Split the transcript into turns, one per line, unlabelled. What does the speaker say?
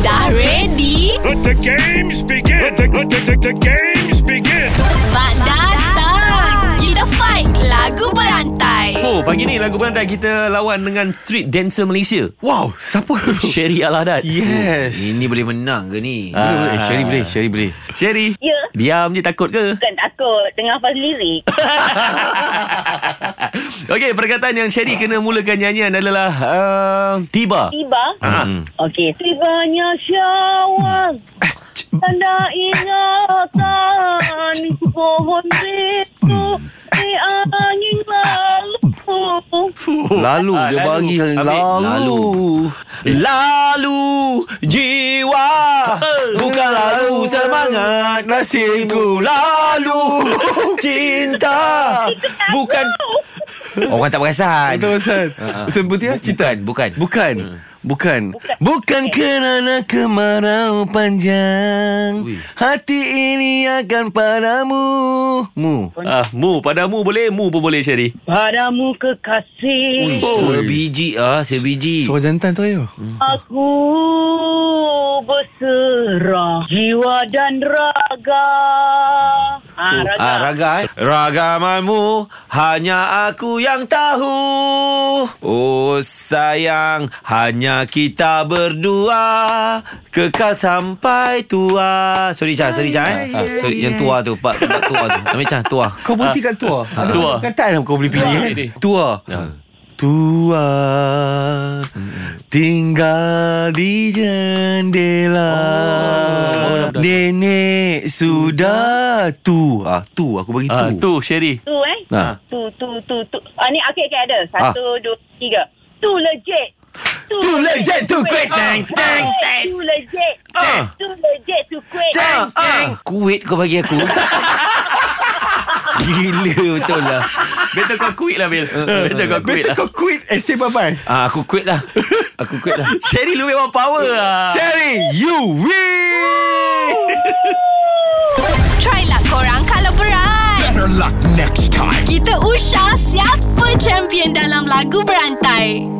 Dah ready?
Let the games begin. Let the, let the, the, the games begin.
Mak datang! Kita fight lagu berantai.
Oh, pagi ni lagu berantai kita lawan dengan street dancer Malaysia.
Wow, siapa tu?
Sherry Al Haddad.
Yes.
Ini boleh menang ke ni? Ah.
Boleh, boleh. Eh, Sherry boleh, Sherry boleh.
Sherry.
Ya.
Diam je takut ke?
Bukan takut Tengah hafal lirik
Okey, perkataan yang Sherry kena mulakan nyanyian adalah uh, tiba.
Tiba
Ah.
Hmm.
Okey Tibanya syawal Tanda ingatan Pohon itu Di angin lalu
Lalu
Ah,
dia
lalu.
bagi yang
Ambil.
lalu. Eh.
Lalu.
Lalu jiwa bukan lalu semangat nasibku lalu cinta bukan
Orang tak perasan
Betul Ustaz Betul betul ya cinta
Bukan Ah. Bukan Hmm.
Bukan Bukan Bukan kerana kemarau panjang
Ui.
Hati ini akan padamu Mu
Ah, mu padamu boleh, mu pun boleh Sherry.
Padamu kekasih
Oh.
Sebiji ah Sebiji
Suara jantan tu ayo
Aku berserah Jiwa dan raga Ah, raga.
Ah, raga eh.
Ragamanmu hanya aku yang tahu Oh sayang hanya kita berdua Kekal sampai tua Sorry Cah, sorry Cah eh Ah, Sorry yang tua tu, pak, pak tua tu Ambil Cah, tua
Kau berhenti kat lah. tua
Tua.
Kataan lah. kau boleh pilih
Ini.
eh Tua
Ya.
Tua Tinggal di jendela
Oh, dah, dah, dah.
Nenek sudah tu ah, Tu aku bagi tu
Ah, tu Sherry.
Tu eh
Ah.
Tu tu tu tu ah, Ni akik-akik ada Satu dua tiga Tu legit
Tu legit, tu kuih. Tang, tang,
tang Tu legit
Ah.
Tu legit tu kuih
Cang, cang.
Kuit kau bagi aku
Gila betul lah
Better kau quit lah,
Eh,
Bil. Better kau quit lah.
quit and say bye-bye
ah, Aku kuit lah Aku kuit lah
Sherry lu memang power lah.
Sherry, you win
Try lah korang kalau berat.
Better luck next time.
Kita usah siapa champion dalam lagu berantai.